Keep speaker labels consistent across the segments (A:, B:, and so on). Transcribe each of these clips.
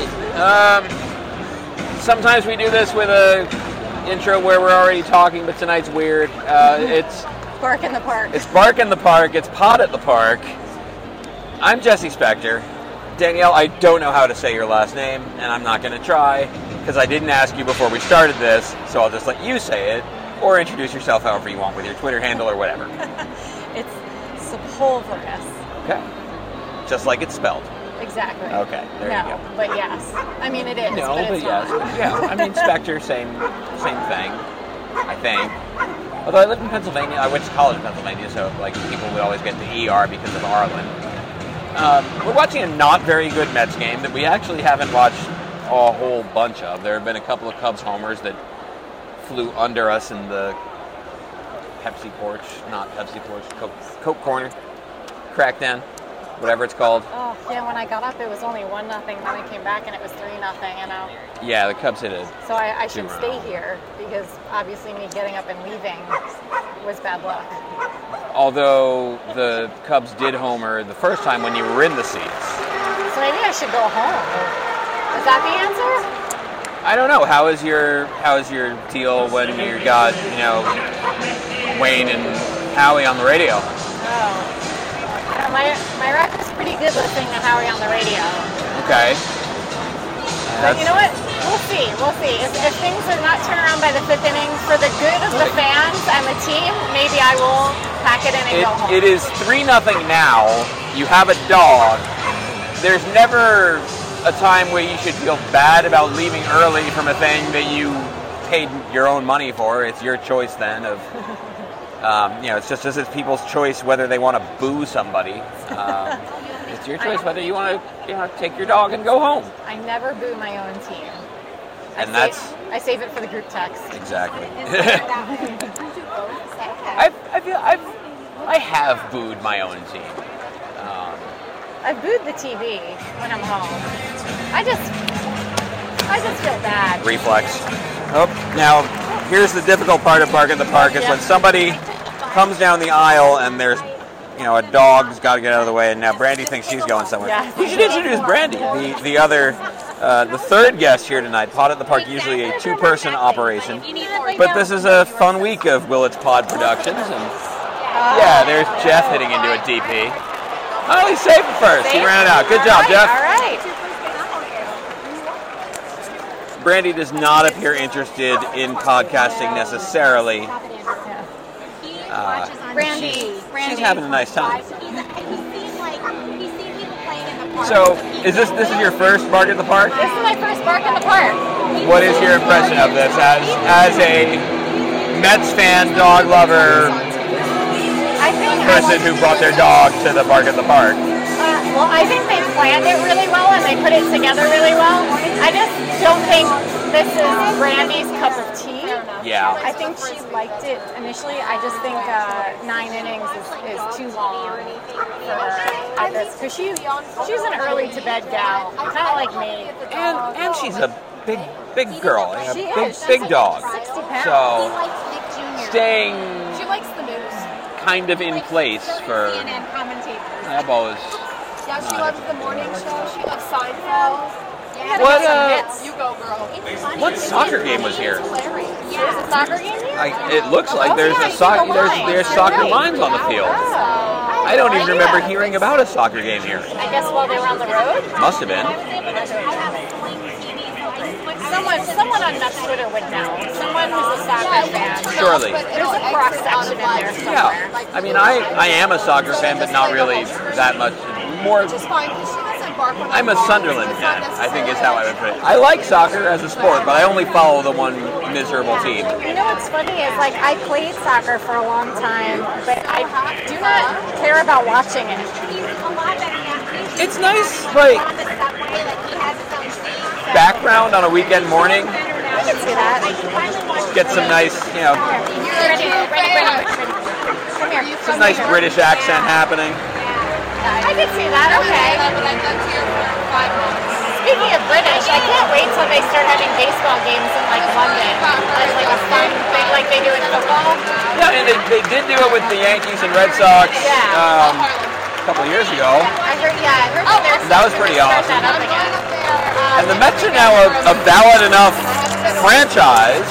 A: Um, sometimes we do this with a intro where we're already talking, but tonight's weird. Uh, it's
B: Bark in the park.
A: it's bark in the park. It's pot at the park. I'm Jesse Spector. Danielle, I don't know how to say your last name, and I'm not going to try because I didn't ask you before we started this, so I'll just let you say it or introduce yourself however you want with your Twitter handle or whatever.
B: It's Sepulverus.
A: Okay. Just like it's spelled.
B: Exactly.
A: Okay, there you
B: no,
A: go.
B: but yes. I mean, it is.
A: No,
B: but
A: but,
B: it's
A: yes.
B: not.
A: Yeah, I mean, Spectre, same, same thing, I think. Although I lived in Pennsylvania, I went to college in Pennsylvania, so like people would always get the ER because of Arlen. Um, we're watching a not very good Mets game that we actually haven't watched a whole bunch of. There have been a couple of Cubs homers that flew under us in the Pepsi porch, not Pepsi porch, Coke, Coke corner, crackdown, whatever it's called.
B: Oh, yeah, when I got up, it was only 1 nothing. Then I came back and it was 3 nothing, you know.
A: Yeah, the Cubs hit it.
B: So I, I should
A: Two
B: stay
A: rounds.
B: here because obviously me getting up and leaving was bad luck.
A: Although the Cubs did homer the first time when you were in the seats.
B: So maybe I should go home. Is that the answer?
A: I don't know. How is your how is your deal when you got you know Wayne and Howie on the radio?
B: Oh. Yeah, my, my record's pretty good listening to Howie on the radio.
A: Okay.
B: But you know what? We'll see. We'll see. If, if things are not turned around by the fifth inning for the good of the fans and the team, maybe I will pack it in and go home.
A: It, it is three nothing now. You have a dog. There's never a time where you should feel bad about leaving early from a thing that you paid your own money for. It's your choice then of. Um, you know, it's just as it's people's choice whether they want to boo somebody. Um, it's your choice whether you want to, you know, take your dog and go home.
B: I never boo my own team. I
A: And that's
B: save, I save it for the group text.
A: exactly.
B: I've,
A: I've, I feel I've, I have booed my own team. Um,
B: I've booed the TV when I'm home. I just, I just feel bad.
A: reflex. Oh, now here's the difficult part of Bark at the Park is when somebody comes down the aisle and there's, you know, a dog's got to get out of the way, and now Brandy thinks she's going somewhere.
B: Yeah.
A: We should introduce Brandy, the the other, uh, the third guest here tonight. Pot at the Park usually a two-person operation, but this is a fun week of Willett's Pod Productions. And yeah, there's Jeff hitting into a DP. Oh, he saved it first. He ran it out. Good job, Jeff.
B: All right.
A: Brandy does not appear interested in podcasting necessarily.
B: Yeah.
C: Brandy,
A: Uh, She's having a nice time. So,
C: So,
A: is this this is your first Bark at the Park?
B: This is my first bark in the park.
A: What is your impression of this as as a Mets fan, dog lover,
B: I think I
A: person who brought their dog to the Bark at the Park?
B: Uh, well, I think they planned it really well and they put it together really well. I just don't think this is Brandy's cup of tea.
A: Yeah.
B: I think she liked it initially. I just think uh, nine innings is, is too long for her at this because she, she's an early to bed gal, kind of like me.
A: And and she's a big big girl, and
B: She
A: a big
B: is. She's
A: big
B: like
A: dog.
B: 60 pounds.
A: So staying
B: She likes the news.
A: kind of in place for
B: commentators.
A: that ball is.
D: Yeah, she loves the morning show. She loves Seinfeld.
A: What uh,
D: You go, girl.
A: what soccer game was here?
B: There's a soccer game here?
A: I, it looks like there's
B: yeah,
A: a
B: you
A: soc-
B: go
A: there's
B: live.
A: there's
B: You're
A: soccer
B: right.
A: moms on the field.
B: Oh.
A: I don't even remember hearing about a soccer game here.
B: I guess while they were on the road?
A: Must have been.
B: Someone, someone on Mets Twitter would know. Someone who's a soccer fan.
A: Surely.
B: There's a cross section in there somewhere.
A: Yeah. I mean, I, I am a soccer fan, but not really that much. More,
D: Just fine. She doesn't bark when
A: I'm a
D: I call her,
A: Sunderland
D: so it's
A: fan,
D: not
A: I think is
D: necessarily-
A: how I would put it. I like soccer as a sport, but I only follow the one miserable team.
B: You know what's funny is like I played soccer for a long time, but I do not care about watching it.
A: It's nice, like, background on a weekend morning.
B: I can see that.
A: Get some nice, you know,
B: Ready, ready, ready, ready. Come here.
A: some nice British accent happening.
B: I can see that. Okay. Speaking of British, I can't wait till they start having baseball games in like London as like a fun thing, like they do in football.
A: Yeah, and they, they did do it with the Yankees and Red Sox.
B: Yeah.
A: Um, couple of years ago.
B: I heard, yeah, I heard
A: Oh,
B: there's
A: that was pretty
B: start
A: awesome.
B: That up again.
A: And the Mets are now a, a valid enough franchise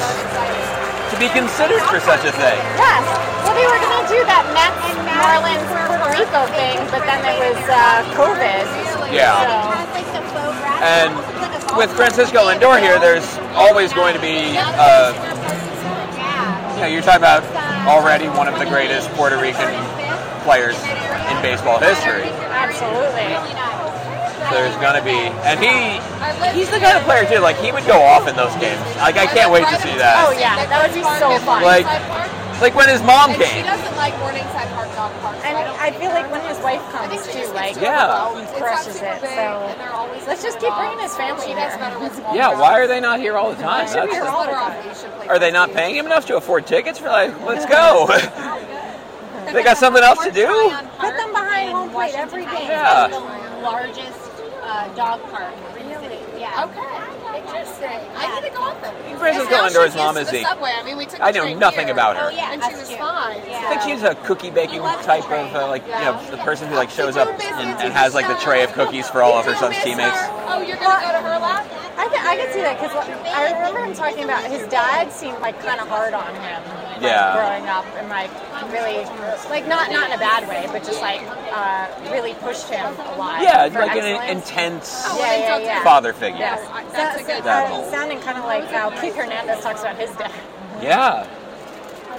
A: to be considered for such a thing.
B: Yes. Well, they were going to do that Mets and Marlins Puerto Rico thing, but then there was uh, COVID.
A: Yeah.
B: So,
A: And with Francisco Lindor here, there's always going to be, uh, you know, you're talking about already one of the greatest Puerto Rican players in baseball history.
B: absolutely.
A: There's gonna be, and he, he's the kind of player too. Like he would go off in those games. Like I can't wait to see that.
B: Oh, yeah. That would be so fun.
A: Like, like when his mom
D: And she
A: came.
D: doesn't like Morningside Park dog parks. so
B: And
D: I don't
B: I feel like when his wife comes too, like
A: Yeah.
B: he
D: It's not
B: crushes
D: super
B: it.
D: big, and
B: So
D: they're always
B: let's just keep bringing his family
D: She does
B: here.
D: better with small
A: Yeah, why are they not here all the time?
B: should be
A: That's-
B: here all the time.
A: are they not paying him enough to afford tickets? For like, let's go. they got something else to do.
B: Put them behind home plate every game.
A: Yeah.
C: The largest uh, dog park. Really? Yeah.
D: Okay, interesting. I need to go with them.
A: Frances
D: Now she
A: Gallendor's
D: uses
A: mom is
D: the
A: a-
D: subway. I mean, we took
A: I
D: the
A: know
D: train
A: nothing
D: here,
A: about her.
C: Oh yeah.
D: and she
C: that's
D: was
C: cute.
D: fine.
C: Yeah.
D: so-
A: I think she's a cookie baking type of uh, like you know the person who like shows up and, and has like the tray of cookies for all of her son's teammates.
D: Oh, you're gonna go to her lap?
B: I can, I can see that because I remember him talking about his dad seemed like kind of hard on him. like,
A: Yeah.
B: growing up and like really, like not not in a bad way, but just like uh, really pushed him a lot.
A: Yeah,
B: for
A: like an
B: excellence.
A: intense
B: Yeah, yeah, yeah.
A: father figure.
B: Yes.
D: That's
B: That's
D: a good
A: That
B: uh,
A: whole-
B: sounding kind of like how Keith Hernandez talks about his dad.
A: Yeah.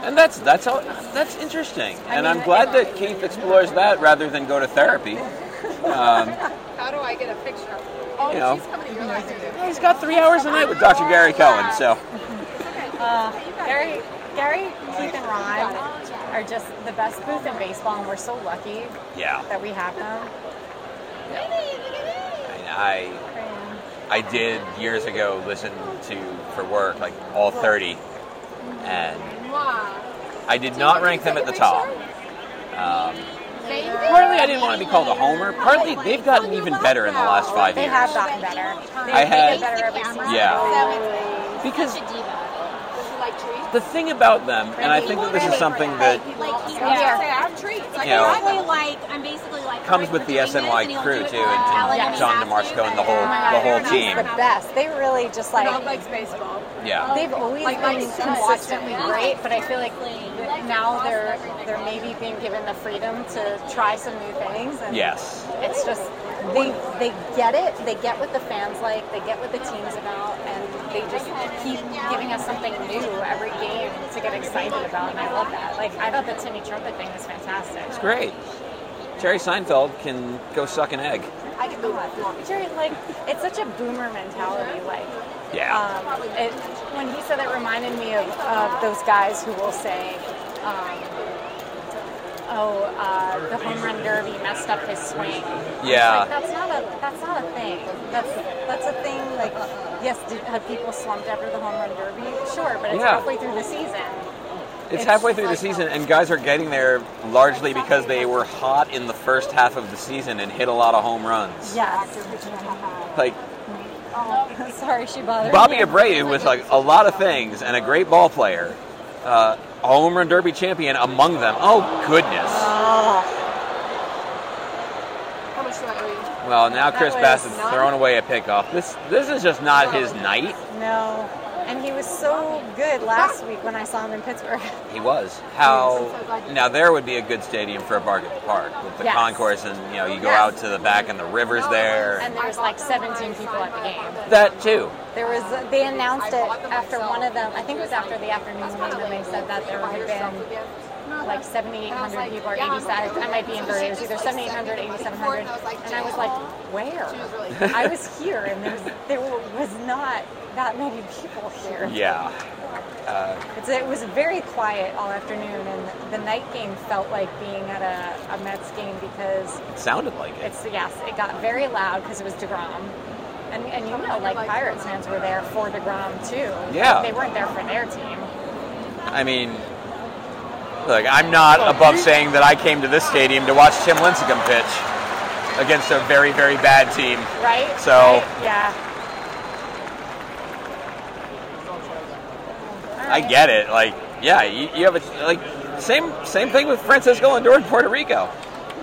A: And that's that's all, that's interesting. And
B: mean,
A: I'm glad that Keith explores that rather than go to therapy. Um,
D: How do I get a picture? Oh,
A: You know,
D: She's coming Oh, to your lap. dude.
A: he's got three hours a night with Dr. Gary Cohen. So
B: Gary, Gary, Keith, and Ron are just the best booth in baseball, and we're so lucky
A: yeah,
B: that we have them.
A: I, mean, I
B: And
A: I did years ago listen to for work like all 30, and
D: Wow.
A: I did not rank them at the top. Um,
D: Maybe.
A: partly I didn't want to be called a homer. Partly they've gotten even better in the last five
B: They have
A: years.
B: gotten better. They,
A: I
B: they get
A: had-
B: better every season.
A: Yeah.
C: Because
A: Because
C: a diva.
D: Like treats.
A: the thing about them, and I think that this is something that
C: Like he
B: Yeah.
D: Say, I have treats. Like,
A: you know,
C: Exactly, like I'm basically like
A: comes with the SNY crew, too, and- and John DeMarsco and the whole-
B: Oh my
A: the whole
B: God,
A: team.
B: The best. They really just like
D: Rob likes baseball.
A: yeah.
B: they've always
D: Like,
B: been
D: like, so
B: Oh, consistently
D: watching.
B: great, but I feel like th- now they're they're maybe being given the freedom to try some new things. And
A: Yes.
B: It's just they they get it. They get what the fans like. They get what the team's about, and they just keep giving us something new every game to get excited about. And I love that. Like I thought the Timmy Trumpet thing was fantastic.
A: It's great. Jerry Seinfeld can go suck an egg.
B: I get that. Jerry, like it's such a boomer mentality. Like
A: Yeah.
B: um, it, when he said that, reminded me of, of those guys who will say, um, "Oh, uh, the home run derby messed up his swing."
A: Yeah.
B: Um, It's like, that's not a that's not a thing. That's that's a thing. Like, yes, did, have people slumped after the home run derby? Sure, but it's
A: Yeah.
B: halfway through the season.
A: it's halfway through the season, and guys are getting there largely because they were hot in the first half of the season and hit a lot of home runs.
B: Yes.
A: Like,
B: Oh, sorry, she bothered
A: Bobby
B: me.
A: Abreu was like a lot of things and a great ball player. Uh, a home run derby champion among them. Oh, goodness.
B: Uh,
D: How much do I owe
A: Well, now Chris
B: was
A: Bassett's
B: not-
A: throwing away a pickoff. This this is just not his night.
B: No. And he was so good last week when I saw him in Pittsburgh.
A: He was. How now there would be a good stadium for a Bargain Park with the
B: Yes.
A: concourse and you know you go
B: Yes.
A: out to the back and the river's there.
B: And there was like 17 people at the game.
A: that too.
B: There was they announced it after one of them. I think it was after the afternoon game. They said that there had been like 7,800 people or 87. I might be inverted. It was either 7,800, 8,700. And I was like, where? I was here, and there was, there was not that many people here.
A: Yeah.
B: It's, it was very quiet all afternoon, and the night game felt like being at a, a Mets game because
A: It sounded like it.
B: it's yes, it got very loud because it was Degrom, and and you know like Pirates fans were there for Degrom too.
A: Yeah.
B: they weren't there for their team.
A: I mean look, I'm not above saying that I came to this stadium to watch Tim Lincecum pitch against a very, very bad team.
B: Right?
A: So-
B: Right? yeah.
A: I get it. Like, yeah, you, you have a like same same thing with Francisco Lindor in Puerto Rico.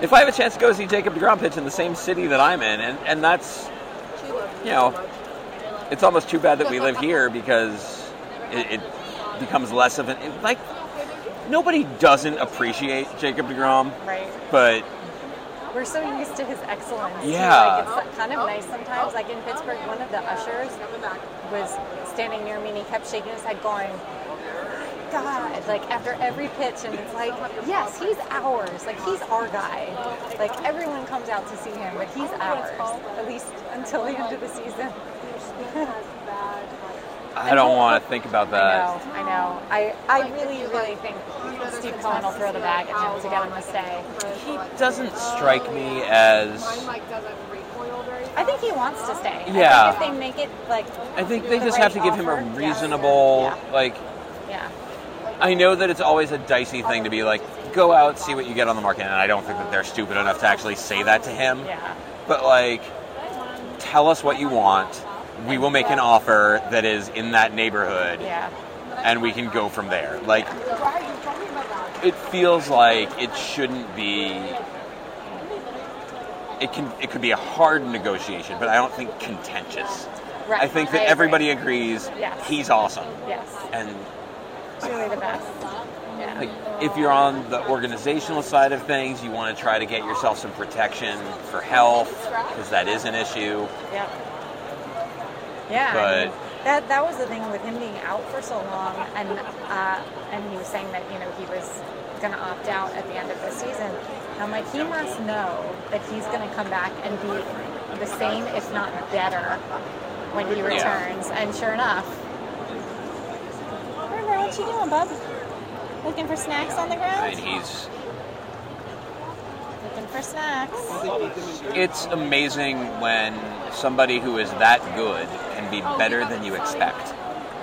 A: If I have a chance to go see Jacob Degrom pitch in the same city that I'm in, and, and that's, you know, it's almost too bad that we live here because it, it becomes less of an it- like. Nobody doesn't appreciate Jacob Degrom,
B: Right.
A: but
B: We're so used to his excellence. too.
A: Yeah.
B: Like, it's kind of nice sometimes. Like in Pittsburgh, one of the ushers was standing near me and he kept shaking his head, going, God, like after every pitch, and it's like, yes, he's ours. Like he's our guy. Like everyone comes out to see him, but he's ours. At least until the end of the season.
A: I don't want to think about
B: I
A: that.
B: know, I know. I, I really, really think Steve Cohen will throw the bag at him to get him to stay.
A: He doesn't strike me as.
B: I think he wants to stay.
A: Yeah.
B: I think if they make it like,
A: I think they
B: the
A: just
B: right
A: have to give him a
B: offer, yeah.
A: reasonable
B: Yeah.
A: like.
B: yeah.
A: I know that it's always a dicey thing to be like, go out, see what you get on the market, and I don't think that they're stupid enough to actually say that to him.
B: Yeah.
A: But like, tell us what you want. We will make an offer that is in that neighborhood,
B: Yeah.
A: and we can go from there. Like, it feels like it shouldn't be. It can it could be a hard negotiation, but I don't think contentious.
B: Right.
A: I think that
B: agree.
A: everybody agrees
B: Yes.
A: he's awesome,
B: Yes.
A: and
B: Truly the best. Yeah.
A: like if you're on the organizational side of things, you want to try to get yourself some protection for health because that is an issue.
B: Yep. Yeah. I mean, that that was the thing with him being out for so long, and uh, and he was saying that you know he was going to opt out at the end of the season. And I'm like, he must know that he's going to come back and be the same, if not better, when he returns. And sure enough, River, what you doing, bub? Looking for snacks on the
A: I mean,
B: ground?
A: he's
B: Looking for snacks.
A: it's amazing when somebody who is that good can be better than you expect,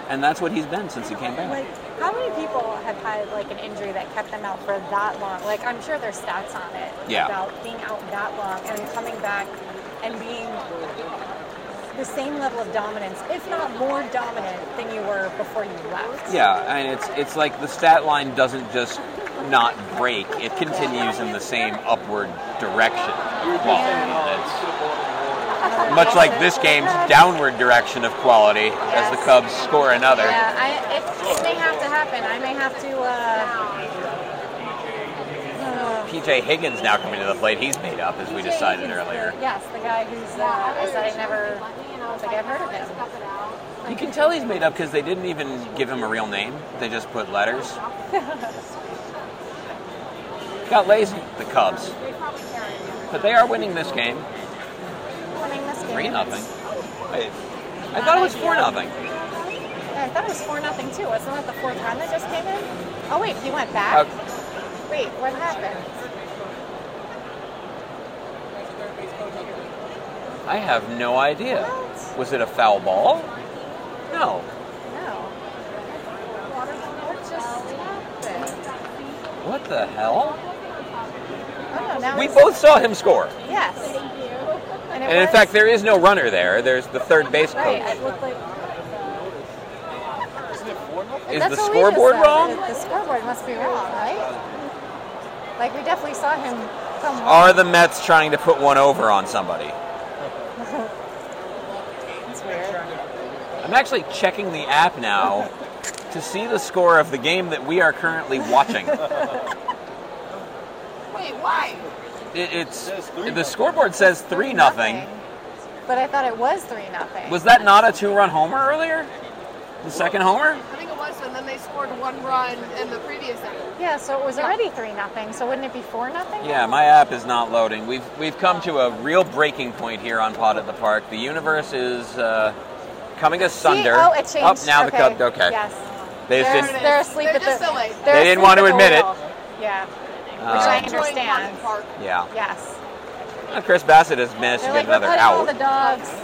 A: and that's what he's been since he came back.
B: Like, how many people have had like an injury that kept them out for that long? Like, I'm sure there's stats on it
A: Yeah.
B: about being out that long and then coming back and being the same level of dominance, if not more dominant than you were before you left.
A: Yeah, and it's it's like the stat line doesn't just not break; it continues in the same upward direction. of quality. That's- much like this game's downward direction of quality as the Cubs score another.
B: Yeah, I, it, it may have to happen. I may have to. Uh,
A: PJ Higgins now coming to the plate. He's made up, as we decided earlier.
B: yes, the guy who's uh, I said I never like I've heard of him.
A: You can tell he's made up because they didn't even give him a real name. They just put letters. Got lazy. The Cubs. But they are winning this game.
B: Coming this game.
A: 3 nothing. I, I thought it was 4 nothing.
B: Yeah, I thought it was four nothing too. Wasn't that the fourth run that just came in? Oh wait, he went
A: Uh,
B: back. Wait, what happened?
A: I have no idea.
B: What?
A: Was it a foul ball? No.
B: No. What just happened?
A: What the hell?
B: Oh no, now
A: We
B: it's-
A: both saw him score.
B: Yes. it
A: And in
B: was-
A: fact, there is no runner there. There's the third base
B: Right,
A: coach.
B: it looked like.
A: Is
B: That's
A: the
B: what we just
A: scoreboard
B: said.
A: wrong?
B: The, the scoreboard must be wrong, right? Like we definitely saw him come.
A: Are the Mets trying to put one over on somebody?
B: That's weird.
A: I'm actually checking the app now to see the score of the game that we are currently watching. It,
D: Wait, why?
A: it's the scoreboard says three nothing.
B: But I thought it was three nothing.
A: Was that not a two-run homer earlier? The second homer?
D: I think it was, and then they scored one run in the previous inning.
B: yeah, so it was already three nothing. So wouldn't it be four nothing?
A: Yeah, my app is not loading. We've we've come to a real breaking point here on Pod at the Park. The universe is uh, coming asunder.
B: See? Oh, it changed.
A: Up now
B: okay.
A: the cup. Okay.
B: Yes.
A: They just
B: They're,
A: didn't-
B: they're asleep
D: They're
B: at
D: just
B: the.
D: silly.
B: they're
A: They didn't want
B: asleep
A: to
B: at the
A: admit it.
B: wheel. Yeah. Um, Which
A: Uh,
B: I
D: Enjoying
B: understand.
D: Martin Park.
A: yeah.
B: Yes.
A: Well, Chris Bassett has managed
B: They're
A: to
B: like
A: get another
B: we're putting all
A: out.
B: the dogs.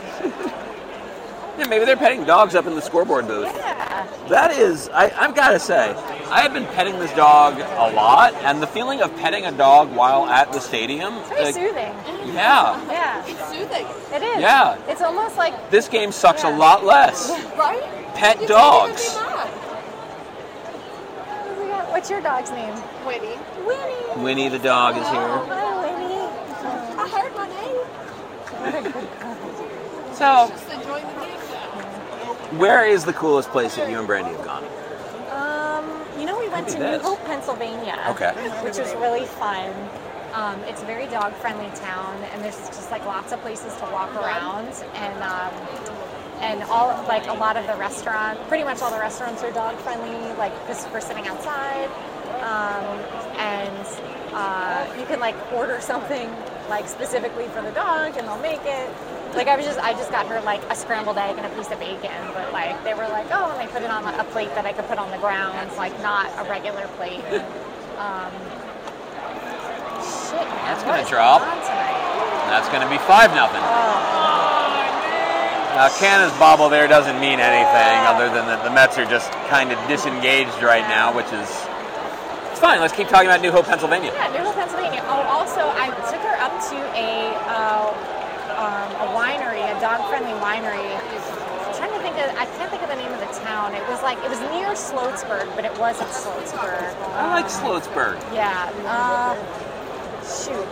A: Yeah, maybe they're petting dogs up in the scoreboard booth.
B: Yeah.
A: That is, I, I've got to say, I have been petting this dog a lot, and the feeling of petting a dog while at the stadium,
B: It's very
A: like,
B: soothing.
A: yeah,
B: Yeah.
D: It's soothing,
B: It is.
A: Yeah.
B: It's almost like
A: this game sucks
B: Yeah.
A: a lot less.
D: right?
A: Pet
D: You
A: dogs.
D: can't even be
B: "Oh what's your dog's name?
D: mad. Winnie.
B: Winnie. Oh,
A: Winnie the dog is here.
B: Hi, Winnie.
A: So,
D: Just enjoying the game show.
E: Where is the coolest place that you and Brandy have gone?
B: Um, you know, we went
A: Maybe
B: to
A: this.
B: New Hope, Pennsylvania.
E: Okay.
B: Which was really fun. Um, it's a very dog friendly town, and there's just like lots of places to walk around, and um, and all like a lot of the restaurant, pretty much all the restaurants are dog friendly, like just for sitting outside, um, and uh, you can like order something like specifically for the dog, and they'll make it. Like I was just, I just got her like a scrambled egg and a piece of bacon, but like they were like, oh, and they put it on a plate that I could put on the ground, like not a regular plate. Um, Shit, man.
A: That's
B: what
A: gonna
B: is
A: drop.
B: going on tonight?
A: That's going to be 5 nothing. Now, Canna's bobble there doesn't mean anything other than that the Mets are just kind of disengaged right now, which is. It's fine. Let's keep talking about New Hope, Pennsylvania.
B: Yeah, Noodle, Pennsylvania. Oh, also, I took her up to a uh, um, a winery, a dog-friendly winery. I'm trying to think of, I can't think of the name of the town. It was like, it was near Sloatsburg, but it wasn't Sloatsburg.
A: I like Sloatsburg.
B: Yeah. Uh, shoot.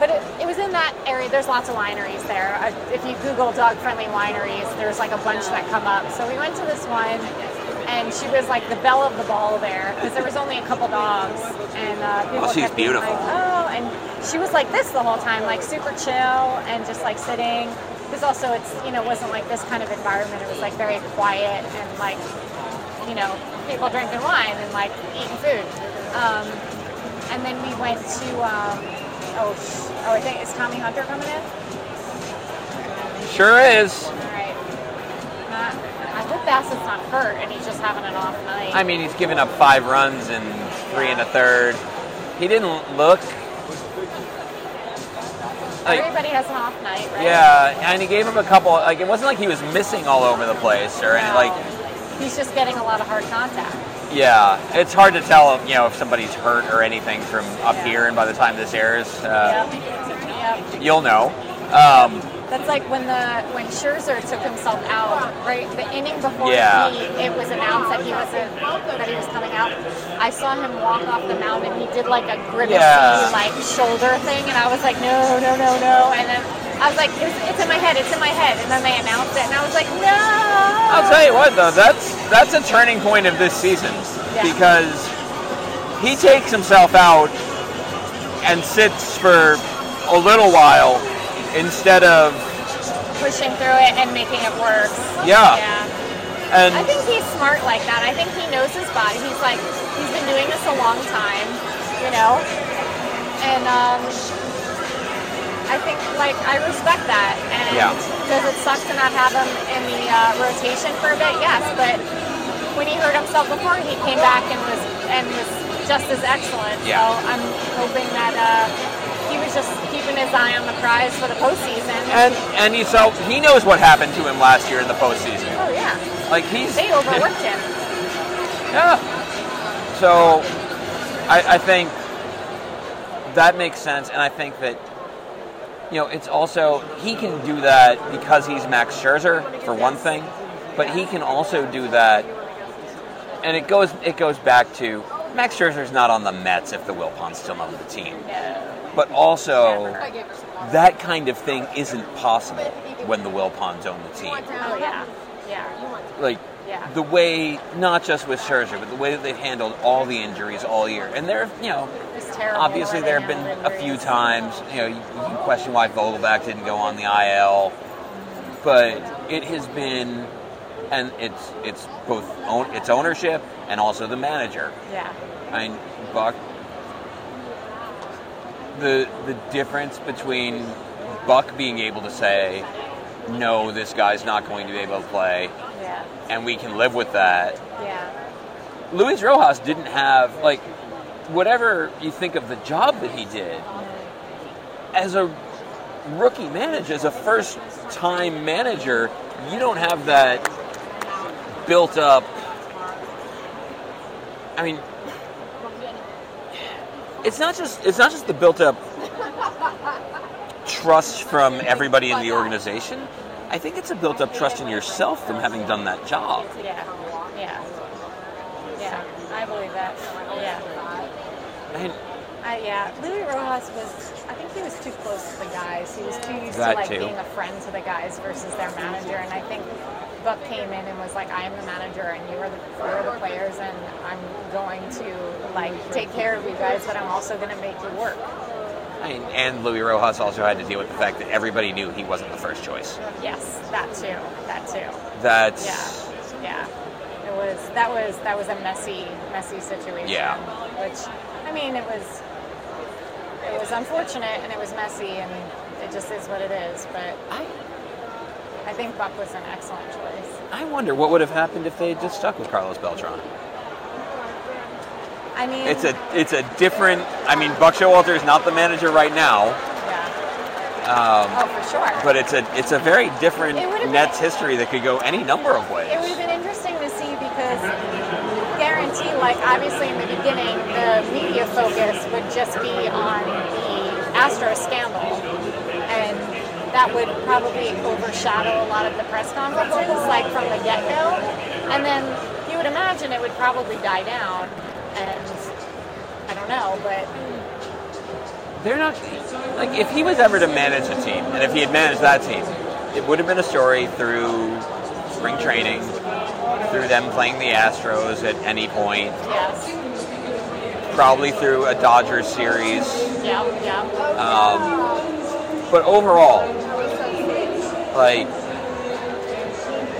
B: But it, it was in that area. There's lots of wineries there. Uh, If you Google dog friendly wineries, there's like a bunch that come up. So we went to this one, and she was like the belle of the ball there because there was only a couple dogs, and uh, people
A: she's
B: kept being
A: beautiful.
B: Like, oh, and she was like this the whole time, like super chill and just like sitting. Because also, it's you know, wasn't like this kind of environment. It was like very quiet and like you know, people drinking wine and like eating food. Um, and then we went to um, oh sh- oh I think is Tommy Hunter coming in?
A: Sure is.
B: All right. Not, I hope Bassett's not hurt and he's just having an off night.
A: I mean, he's given up five runs in three and a third. He didn't look. Like,
B: Everybody has an off night, right?
A: yeah, and he gave him a couple. Like, it wasn't like he was missing all over the place or any, like.
B: he's just getting a lot of hard contact.
A: Yeah, it's hard to tell, you know, if somebody's hurt or anything from up here. And by the time this airs, uh,
B: Yep. Yep.
A: you'll know. Um,
B: That's like when the when Scherzer took himself out, right? The inning before
A: Yeah.
B: he, it was announced that he wasn't that he was coming out. I saw him walk off the mound and he did like a grimacing
A: Yeah.
B: like shoulder thing, and I was like, no, no, no, no. And then I was like, it's, it's in my head, it's in my head. And then they announced it, and I was like, no.
A: I'll tell you what, though, that's that's a turning point of this season
B: Yeah.
A: because he takes himself out and sits for a little while instead of
B: pushing through it and making it work.
A: Yeah.
B: Yeah.
A: and
B: I think he's smart like that. I think he knows his body. He's like, he's been doing this a long time, you know? And um, I think, like, I respect that. And
A: Yeah.
B: does it suck to not have him in the uh, rotation for a bit? Yes, but when he hurt himself before, he came back and was and was just as excellent.
A: Yeah.
B: So I'm hoping that uh, he was just keeping his eye on the prize for the postseason.
A: and and he so he knows what happened to him last year in the postseason.
B: oh yeah,
A: Like he's
B: they overworked him.
A: Yeah. So I, I think that makes sense, and I think that you know it's also he can do that because he's Max Scherzer for one thing, but he can also do that, and it goes it goes back to Max Scherzer's not on the Mets if the Wilpon's still on the team, but also that kind of thing isn't possible when the Wilpons own the team
B: Oh yeah, yeah.
A: like
B: Yeah.
A: the way not just with Scherzer, but the way that they've handled all the injuries all year. And there, have, you know,
B: It's terrible
A: obviously
B: where
A: there
B: they
A: have been
B: handle
A: a few
B: injuries.
A: times. You know, you, you can question why Vogelback didn't go on the IL, but it has been, and it's it's both own, its ownership and also the manager.
B: Yeah.
A: I mean, Buck. The the difference between Buck being able to say, "No, this guy's not going to be able to play,"
B: Yeah.
A: and we can live with that.
B: Yeah.
A: Luis Rojas didn't have like whatever you think of the job that he did as a rookie manager, as a first time manager, you don't have that built up. I mean, it's not just it's not just the built up trust from everybody in the organization. I think it's a built up trust in yourself from having done that job.
B: Yeah. Yeah. Yeah. I believe that. Yeah.
A: And
B: I, yeah, Louis Rojas was. I think he was too close to the guys. He was too used
A: That
B: to like
A: too.
B: being a friend to the guys versus their manager. And I think Buck came in and was like, "I am the manager, and you are the you're the players, and I'm going to like take care of you guys, but I'm also going to make you work."
A: I mean, and Louis Rojas also had to deal with the fact that everybody knew he wasn't the first choice.
B: Yes, that too. That too.
A: That's
B: Yeah, yeah. It was that was that was a messy, messy situation.
A: Yeah.
B: Which, I mean, it was it was unfortunate and it was messy and it just is what it is. But
A: I,
B: I think Buck was an excellent choice.
A: I wonder what would have happened if they had just stuck with Carlos Beltran.
B: I mean,
A: It's a it's a different. I mean, Buck Showalter is not the manager right now,
B: yeah.
A: Um,
B: oh, for sure.
A: but it's a it's a very different
B: It would have
A: Nets
B: been-
A: history that could go any number of ways.
B: It would have been interesting to see because guarantee, like obviously in the beginning, the media focus would just be on the Astro scandal, and that would probably overshadow a lot of the press conferences, like from the get go. And then you would imagine it would probably die down, and I don't know, but
A: They're not like if he was ever to manage a team, and if he had managed that team, it would have been a story through spring training, through them playing the Astros at any point,
B: yes,
A: probably through a Dodgers series. um,
B: yeah, yeah,
A: But overall, like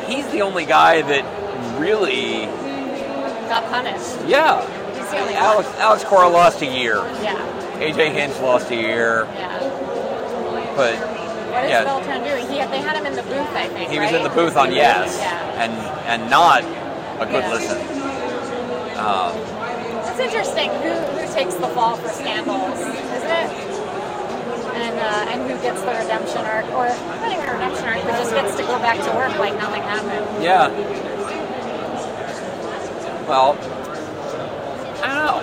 A: he's the only guy that really,
B: got punished.
A: yeah.
B: He's the only
A: Alex
B: one.
A: Alex Cora lost a year.
B: Yeah,
A: AJ Hinch lost a year,
B: yeah.
A: but
B: What is
A: Yeah.
B: Beltran doing? He had, they had him in the booth, I think.
A: he was
B: right?
A: in the booth on Yes,
B: Yeah.
A: and and not a good
B: Yeah.
A: listen.
B: It's interesting who, who takes the fall for scandals, isn't it? And uh, and who gets the redemption arc, or not even a redemption arc, but just gets to go back to work like nothing happened.
A: Yeah. Well, I don't know.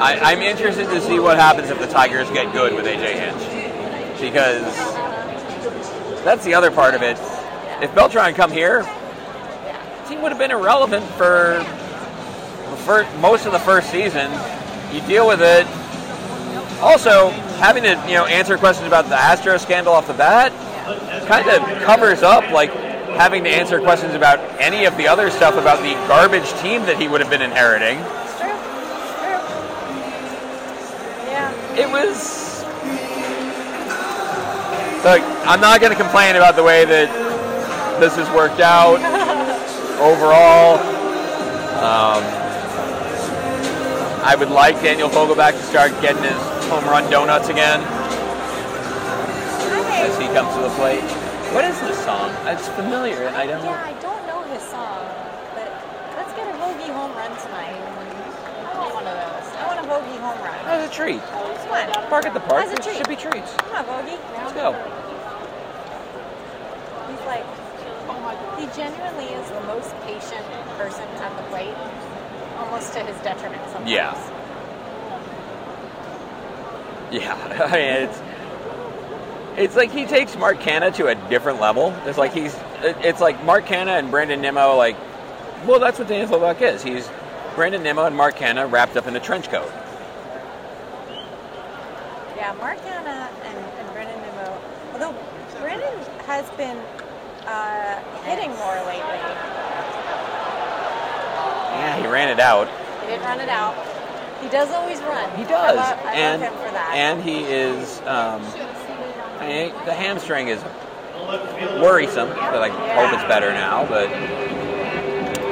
A: I, I'm interested to see what happens if the Tigers get good with AJ Hinch. Because that's the other part of it. If Beltran come here, the team would have been irrelevant for, for most of the first season. You deal with it. Also, having to you know answer questions about the Astro scandal off the bat, kind of covers up like having to answer questions about any of the other stuff about the garbage team that he would have been inheriting.
B: It's true. It's true. Yeah.
A: It was look. I'm not going to complain about the way that this has worked out overall. Um, I would like Daniel Vogelback to start getting his home run donuts again
B: I,
A: as he comes to the plate. What is this song? It's familiar. I don't know.
B: yeah, I don't know his song, but let's get a hoagie home run tonight. I want one of those. I want a hoagie home run.
A: That was a treat.
B: Come on.
A: Park at the park.
B: As a
A: There
B: treat.
A: should be treats.
B: Come on, hoagie.
A: Oh, Let's go.
B: He's like, he genuinely is the most patient person at the plate, almost to his detriment sometimes.
A: Yeah. Yeah, I mean, it's it's like he takes Mark Canna to a different level. It's like he's it- it's like Mark Canna and Brandon Nimmo. Like, well, that's what Daniel Vogelbach is. He's Brandon Nimmo and Mark Canna wrapped up in a trench coat.
B: Yeah, Mark Hanna and, and Brennan Nimmo. Although Brennan has been uh, hitting more lately.
A: Yeah, he ran it out.
B: He did run it out. He does always run.
A: He does,
B: I, love, I
A: and
B: love him for that.
A: and he is. Um, I, the hamstring is worrisome, but I hope it's better now. But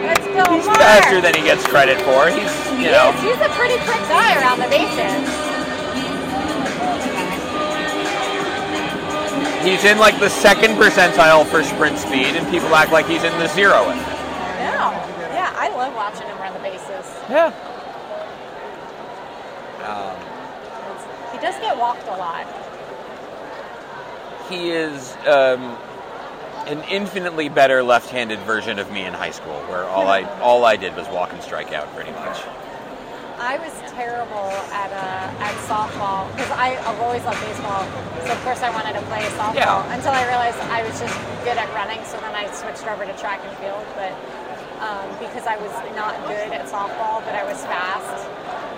B: Let's go,
A: he's
B: Mark.
A: faster than he gets credit for. He's you know.
B: He is. He's a pretty quick guy around the bases.
A: He's in like the second percentile for sprint speed, and people act like he's in the zero.
B: No. Yeah, I love watching him run the bases.
A: Yeah.
B: He does get walked a lot.
A: He is um, an infinitely better left-handed version of me in high school, where all I all I did was walk and strike out pretty much.
B: I was terrible at uh, at softball because I've always loved baseball. So of course I wanted to play softball
A: Yeah.
B: until I realized I was just good at running. So then I switched over to track and field, but um, because I was not good at softball, but I was fast,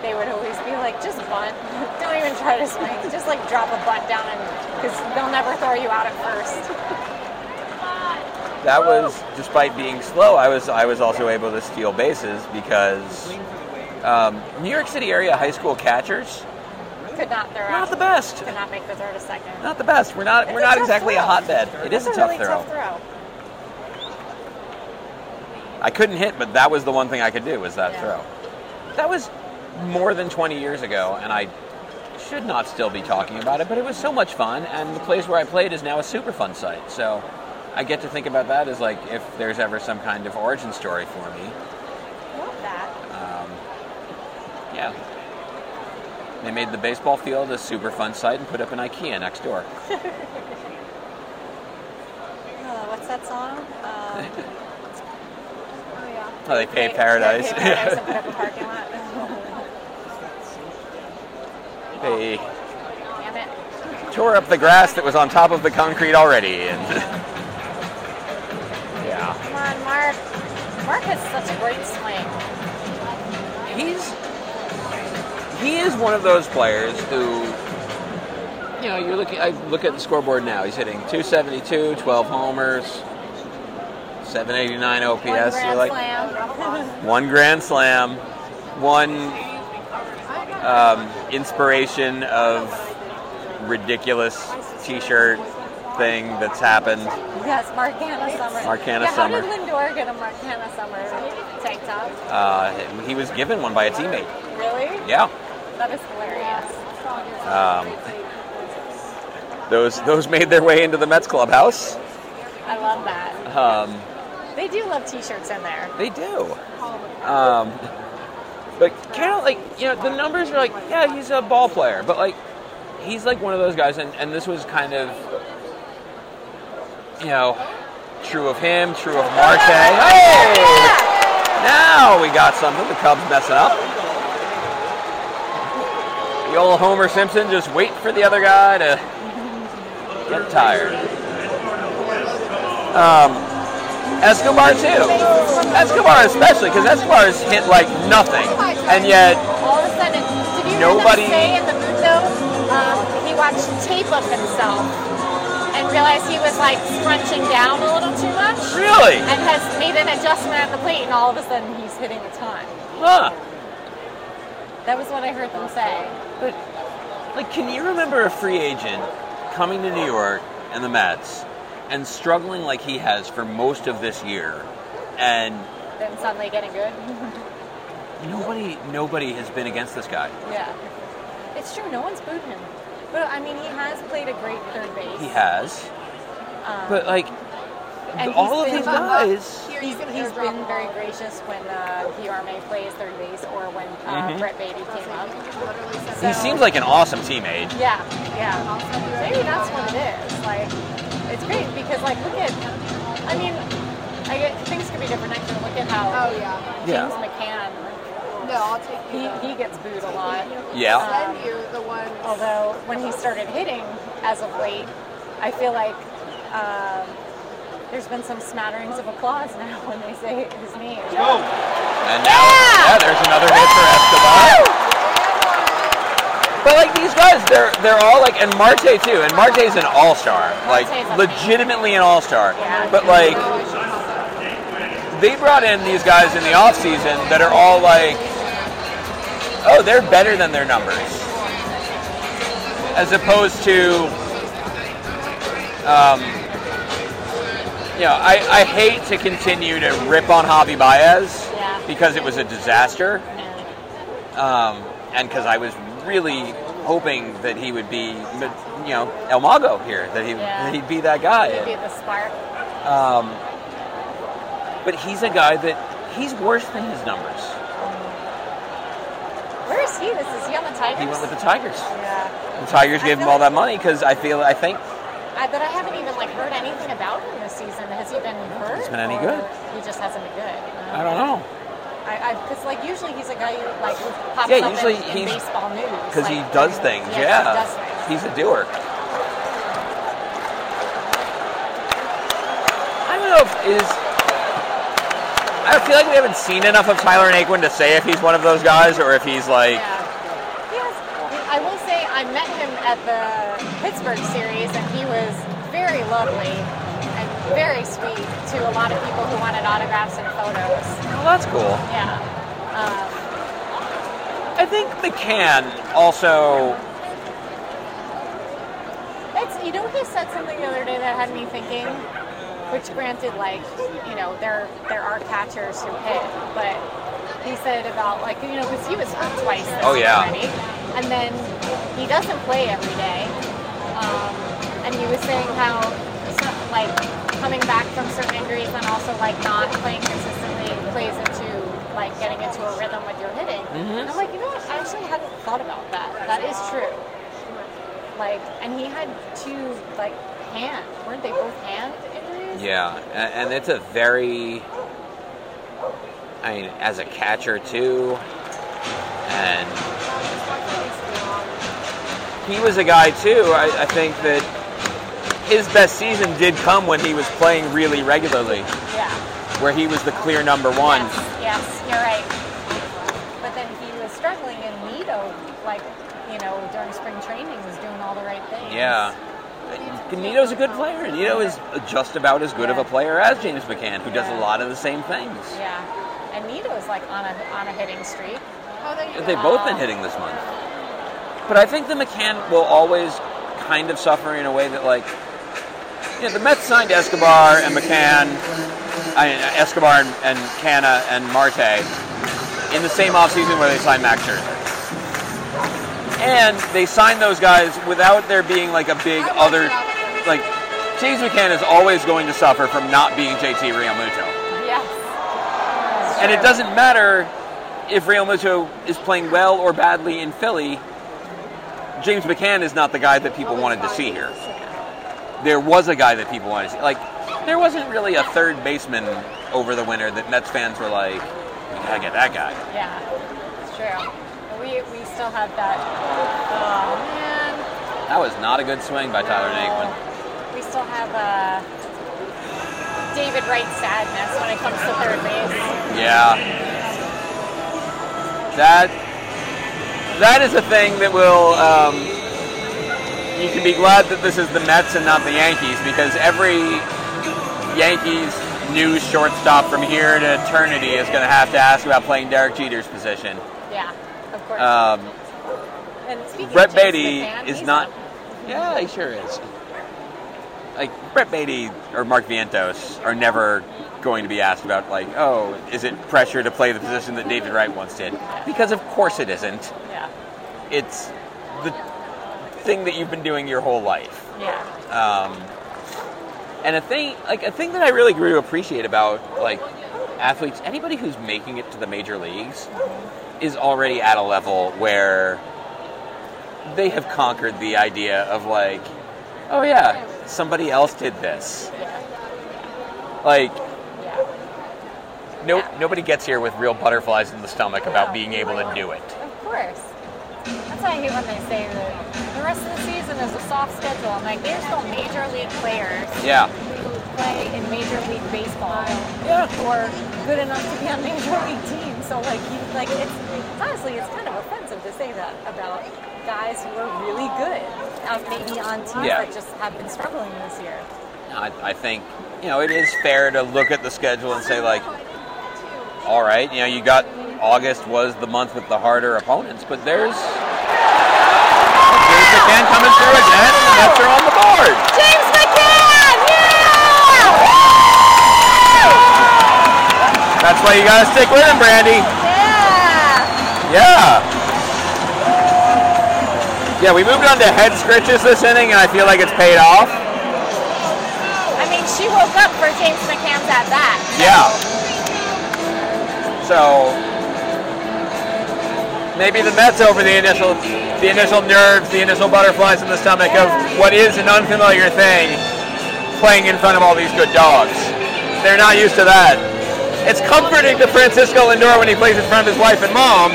B: they would always be like, just bunt. Don't even try to swing. Just like drop a bunt down and because they'll never throw you out at first.
A: That was despite being slow. I was I was also able to steal bases because um, New York City area high school catchers
B: Could not throw
A: not
B: out.
A: the best.
B: Could not make the throw to second.
A: Not the best. We're not we're
B: It's a
A: not
B: tough
A: exactly a
B: throw.
A: hotbed. It is
B: It's
A: a
B: really
A: tough throw.
B: tough throw.
A: I couldn't hit, but that was the one thing I could do was that
B: Yeah.
A: throw. That was more than 20 years ago, and I should not still be talking about it, but it was so much fun, and the place where I played is now a super fun site. So I get to think about that as like if there's ever some kind of origin story for me.
B: Love that.
A: Yeah. They made the baseball field a super fun site and put up an IKEA next door.
B: Uh, what's that song? Um, oh yeah.
A: Oh, they pay
B: They-
A: paradise.
B: they pay paradise and put up a parking lot.
A: they
B: Damn it.
A: tore up the grass that was on top of the concrete already. And yeah.
B: Come on, Mark. Mark has such a great swing.
A: he's he is one of those players who you know you're looking I look at the scoreboard now he's hitting 272 12 homers 789 OPS
B: One
A: you're
B: grand
A: like
B: slam.
A: one grand slam one um, inspiration of ridiculous t-shirt thing that's happened
B: yes, Marcana Summer.
A: Marcana
B: yeah,
A: Summer.
B: How did Lindor get a Marcana Summer tank top?
A: uh, he was given one by a teammate
B: Really?
A: yeah
B: That is hilarious.
A: um, those those made their way into the Mets clubhouse
B: I love that.
A: Um,
B: They do love T-shirts in there.
A: they do. Um, but kind of like you know the numbers are like yeah he's a ball player, but like he's like one of those guys, and, and this was kind of you know true of him, true of Marte. Hey, now we got something. The Cubs messing up. The old Homer Simpson just wait for the other guy to get tired. Um, Escobar too. Escobar especially, because Escobar's hit like nothing, and yet
B: All of a sudden, did you
A: Nobody-
B: hear them say in the booth though? Um, he watched tape of himself and realized he was like scrunching down a little too much,
A: really,
B: and has made an adjustment at the plate, and all of a sudden he's hitting a ton.
A: huh?
B: That was what I heard them say.
A: But like, can you remember a free agent coming to New York and the Mets and struggling like he has for most of this year, and
B: Then suddenly getting good.
A: nobody, nobody has been against this guy.
B: yeah, it's true. No one's booed him, but I mean, he has played a great third base.
A: He has, but like
B: and
A: all of
B: he's
A: these
B: been-
A: guys.
D: Here,
B: He's,
D: you can
B: he's
D: airdrop
B: been very gracious when uh, PRMA plays third base or when uh,
A: Mm-hmm.
B: Brett Beatty came up.
D: literally said
B: So-
A: He seems like an awesome teammate.
B: Yeah, yeah. Maybe that's what it is. Like, it's great because, like, look at, I mean, I get, things could be different next year. Look at how
D: Oh yeah.
B: James
A: Yeah.
B: McCann,
D: No, I'll take you.
B: he, Oh. he gets booed a lot.
A: Yeah.
D: Send you the one.
B: Although, when he started hitting as of late, I feel like um, there's been some smatterings of applause now when they say his name.
A: And now, yeah, there's another hit for Escobar. But like these guys, they're they're all like, and Marte too, and Marte's an all star, like
B: Marte's amazing.
A: legitimately an all star.
B: Yeah.
A: But like, they brought in these guys in the off season that are all like, oh, they're better than their numbers, as opposed to, um, you know, I, I hate to continue to rip on Javi Baez
B: Yeah.
A: because it was a disaster
B: And
A: um, and because I was really hoping that he would be, you know, El Mago here, that he
B: Yeah.
A: that he'd be that guy.
B: maybe the spark.
A: But he's a guy that he's worse than his numbers.
B: Where is he? This is he on the Tigers?
A: He went with the Tigers.
B: yeah.
A: The Tigers gave him all that money because I feel I think
B: I, but I haven't even like heard anything about him this season. Has he been hurt?
A: Has he been any
B: or
A: good?
B: He just hasn't been good.
A: I don't know
B: I because like usually he's a guy who like who pops
A: Yeah,
B: up
A: usually
B: in, in
A: he's-
B: baseball news
A: because he
B: like,
A: does
B: and-
A: things.
B: yes,
A: Yeah,
B: he does things.
A: he's a doer. I don't know if is. I feel like we haven't seen enough of Tyler Naquin to say if he's one of those guys or if he's like.
B: Yeah. He was, I will say, I met him at the Pittsburgh series, and he was very lovely and very sweet to a lot of people who wanted autographs and photos.
A: Well, that's cool.
B: Yeah. Um,
A: I think McCann also.
B: It's, you know, he said something the other day that had me thinking. Which, granted, like you know, there there are catchers who hit, but he said about like you know, because he was hurt twice. this
A: Oh, yeah.
B: Already, and then he doesn't play every day. Um, and he was saying how so- like coming back from certain injuries and also like not playing consistently plays into like getting into a rhythm with your hitting. And I'm like, you know what? I actually hadn't thought about that. That is true like and he had two like hand weren't they both hand injuries
A: Yeah, a- and it's a very. I mean, as a catcher too, and he was a guy too. I, I think that his best season did come when he was playing really regularly,
B: yeah
A: where he was the clear number one.
B: yes, yes you're right but then he was struggling and Nito like you know during spring training was doing all the right things
A: Yeah. Nito's a good player. Nito is just about as good of a player as James McCann, who does a lot of the same things.
B: yeah and Nito's like on a on a hitting streak
D: Oh, there you go.
A: They've both been hitting this month. But I think the McCann will always kind of suffer in a way that, like, you know, the Mets signed Escobar and McCann, I mean, Escobar and, and Canna and Marte in the same offseason where they signed Max Scherzer. And they signed those guys without there being, like, a big other, like, James McCann is always going to suffer from not being JT Realmuto.
B: yes
A: And it doesn't matter if Real Muto is playing well or badly in Philly. James McCann is not the guy that people wanted to see here. There was a guy that people wanted to see. Like, there wasn't really a third baseman over the winter that Mets fans were like, we gotta get that guy.
B: yeah it's true But we we still have that oh man
A: That was not a good swing by Tyler Naquin.
B: We still have uh, David Wright's sadness when it comes to third base.
A: Yeah. That that is a thing that will um, you can be glad that this is the Mets and not the Yankees because every Yankees news shortstop from here to eternity is going to have to ask about playing Derek Jeter's position.
B: Yeah, of course.
A: Um,
B: and speaking
A: Brett
B: of James
A: Beatty
B: McMahon,
A: is
B: he's
A: not.
B: up.
A: Yeah, he sure is. Like Brett Beatty or Mark Vientos are never going to be asked about like, oh, is it pressure to play the position that David Wright once did? Because of course it isn't.
B: Yeah,
A: It's the thing that you've been doing your whole life.
B: yeah,
A: Um, and a thing, like a thing that I really grew to appreciate about like athletes, anybody who's making it to the major leagues is already at a level where they have conquered the idea of like, oh yeah, somebody else did this. Like,
B: yeah.
A: no, nobody gets here with real butterflies in the stomach about being able to do it.
B: Of course. That's why I hate when they say that the rest of the season is a soft schedule. I'm like, there's still major league players
A: Yeah.
B: who play in major league baseball
A: Yeah.
B: or good enough to be on major league teams. So like you like it's honestly it's kind of offensive to say that about guys who are really good. Uh, maybe on teams
A: Yeah.
B: that just have been struggling this year.
A: I, I think you know it is fair to look at the schedule and say like, all right, you know you got August was the month with the harder opponents, but there's there's the fan coming through again, and the Mets are on the board.
B: James McCann!
A: That's why you gotta stick with him, Brandy.
B: Yeah!
A: Yeah. Yeah, we moved on to head scratches this inning, and I feel like it's paid off.
B: I mean, she woke up for James McCann's at bat.
A: Yeah. So maybe the Mets over the initial the initial nerves, the initial butterflies in the stomach of what is an unfamiliar thing playing in front of all these good dogs. They're not used to that. It's comforting to Francisco Lindor when he plays in front of his wife and mom.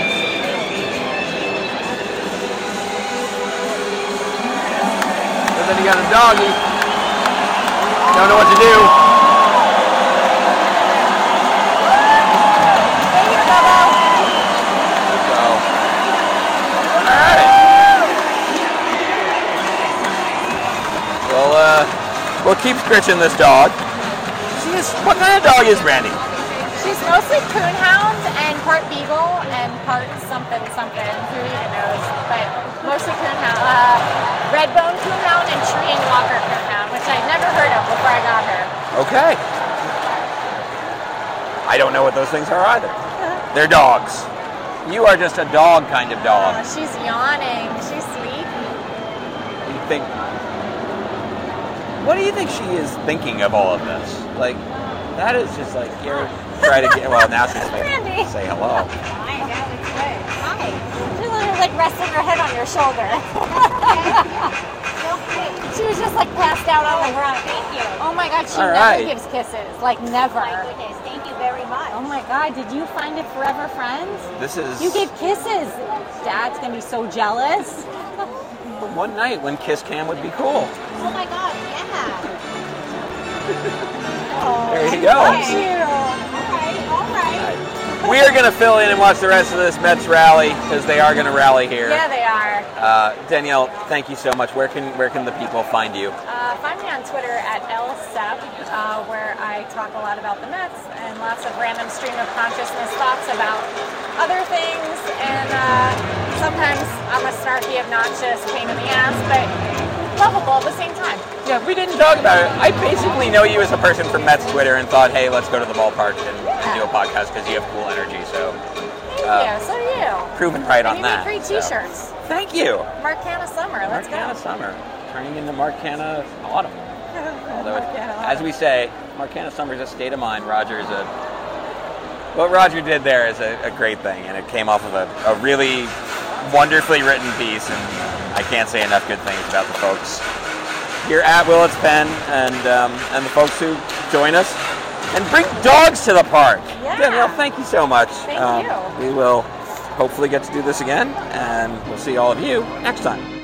A: But then he got a doggy. Don't know what to do. uh,
E: keeps scratching this dog. She is, what kind of dog is Brandy?
B: She's mostly coonhound and part beagle and part something something. Who even knows? But mostly coonhound. Uh, red bone coonhound and tree and walker coonhound, which I'd never heard of before I got her.
E: Okay. I don't know what those things are either.
B: Uh-huh.
E: They're dogs.
A: You are just a dog kind of
B: Oh,
A: dog.
B: she's yawning. She's sleepy. Uh-huh.
A: You think. What do you think she is thinking of all of this? Like, that is just like you're trying to get. Well, now she's
B: Brandy.
A: like, say hello.
B: Hi. She was like resting her head on your shoulder. she was just like passed out on the ground.
C: Thank you.
B: Oh my god, she
A: All
B: never
A: right.
B: gives kisses. Like never.
C: My goodness. Thank you very
B: Oh
C: much.
B: my god, did you find it forever friends?
A: This is
B: You gave kisses. Dad's gonna be so jealous.
A: one night when kiss cam would be cool.
C: Oh my God. Yeah.
A: There you go.
C: All right. All right.
A: We are going to fill in and watch the rest of this Mets rally because they are going to rally here.
B: Yeah, they are.
A: Uh, Danielle, thank you so much. Where can where can the people find you?
B: Uh, find me on Twitter at lsep, uh, where I talk a lot about the Mets and lots of random stream of consciousness thoughts about other things. And uh, sometimes I'm a snarky, obnoxious pain in the ass, but lovable at the same time.
A: Yeah, we didn't talk about it. I basically know you as a person from Mets Twitter and thought, hey, let's go to the ballpark and, and do a podcast because you have cool energy. So
B: Thank
A: Uh,
B: you. So do you.
A: proven right
B: And
A: on
B: you
A: that.
B: make great
A: so.
B: T-shirts.
A: Thank you.
B: Marcana Summer. Let's
A: Marcana
B: go.
A: summer turning into Marcana autumn. Although, it,
B: Marcana
A: as we say, Marcana summer is a state of mind. Roger is a. What Roger did there is a, a great thing, and it came off of a, a really wonderfully written piece, and I can't say enough good things about the folks here at Willits Pen and um, and the folks who join us. And bring dogs to the park.
B: Yeah.
A: Danielle, thank you so much. Um,
B: Thank you.
A: We will hopefully get to do this again, and we'll see all of you next time.